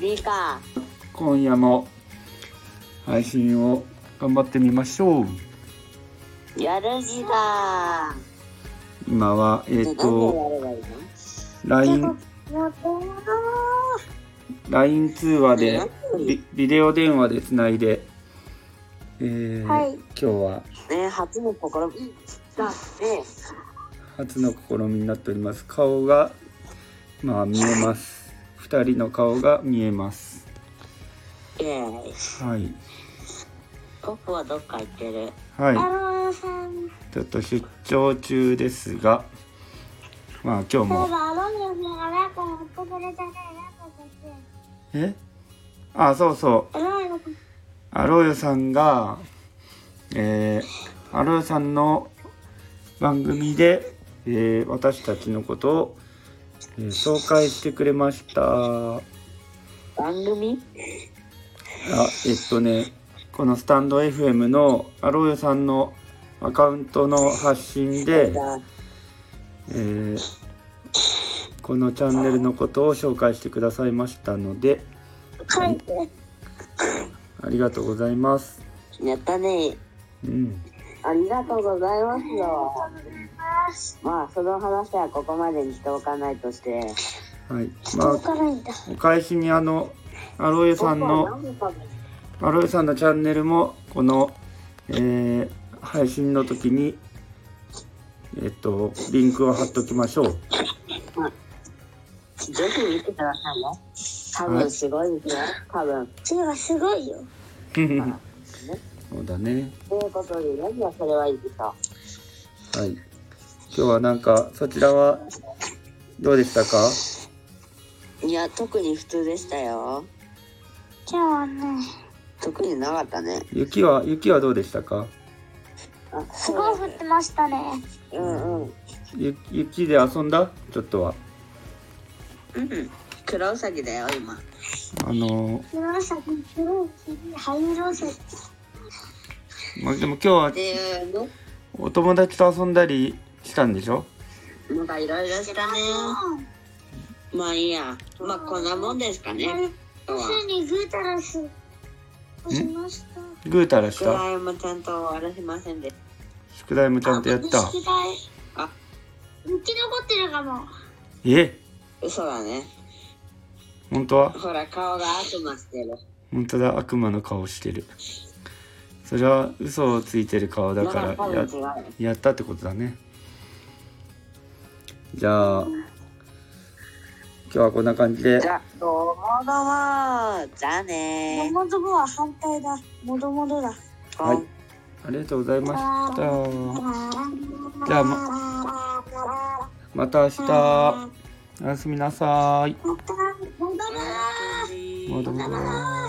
いいか今夜も配信を頑張ってみましょうやるじだ今はえっ、なんでとやればいいの LINE やったー LINE 通話で何よりビビデオ電話でつないで、えーはい今日はね初の試みだね初の試みになっております顔がまあ見えます2人の顔が見えますイエーイはい僕はどっか行ってるはいローさんちょっと出張中ですがまあ今日そういもえばアロニョンさんがラッコを追ってくれたねラッコだってえあそうそうアロニョン君アローヨさんが、えーアローヨさんの番組で、えー私たちのことを、えー紹介してくれました。あ、番組えっとね、このスタンド FM のアローヨさんのアカウントの発信で、えーこのチャンネルのことを紹介してくださいましたので、はいありがとうございます。やったねうん、ありがとうございますよますまあその話はここまでにしておかないとしてはい、ま届あ、かないんだお返しにあのアローヨさんの僕は何食べるアロエさんのチャンネルもこの、えー配信の時にえっとリンクを貼っときましょうぜひ見てくださいね多分すごいですよ多分次はすごいよそうだねということで何はそれはいいでしょはい今日はなんかそちらはどうでしたかういや特に普通でしたよ今日はね特になかったね雪は雪はどうでしたかあすごい降ってましたねうんうんゆ雪で遊んだちょっとはうん黒うさぎだよ今あのー紫黒い黄灰色色まあでも今日はっていうねお友達と遊んだりしたんでしょなんかいろいろしたねまあいいやまあこんなもんですかね今日はついにグータラスをしましたグータラし宿た題もちゃんと終わらせませんで宿題もちゃんとやった宿題あ生き残ってるかもえ嘘だね本当はほら顔が悪魔してる本当だ悪魔の顔してるそれは嘘をついてる顔だなんか多らや分違うやったってことだねじゃあ今日はこんな感じでじゃあどうもどうもじゃあねもともは反対だもともとだはいありがとうございましたじゃあままた明日おやすみなさいまた戻るまたまた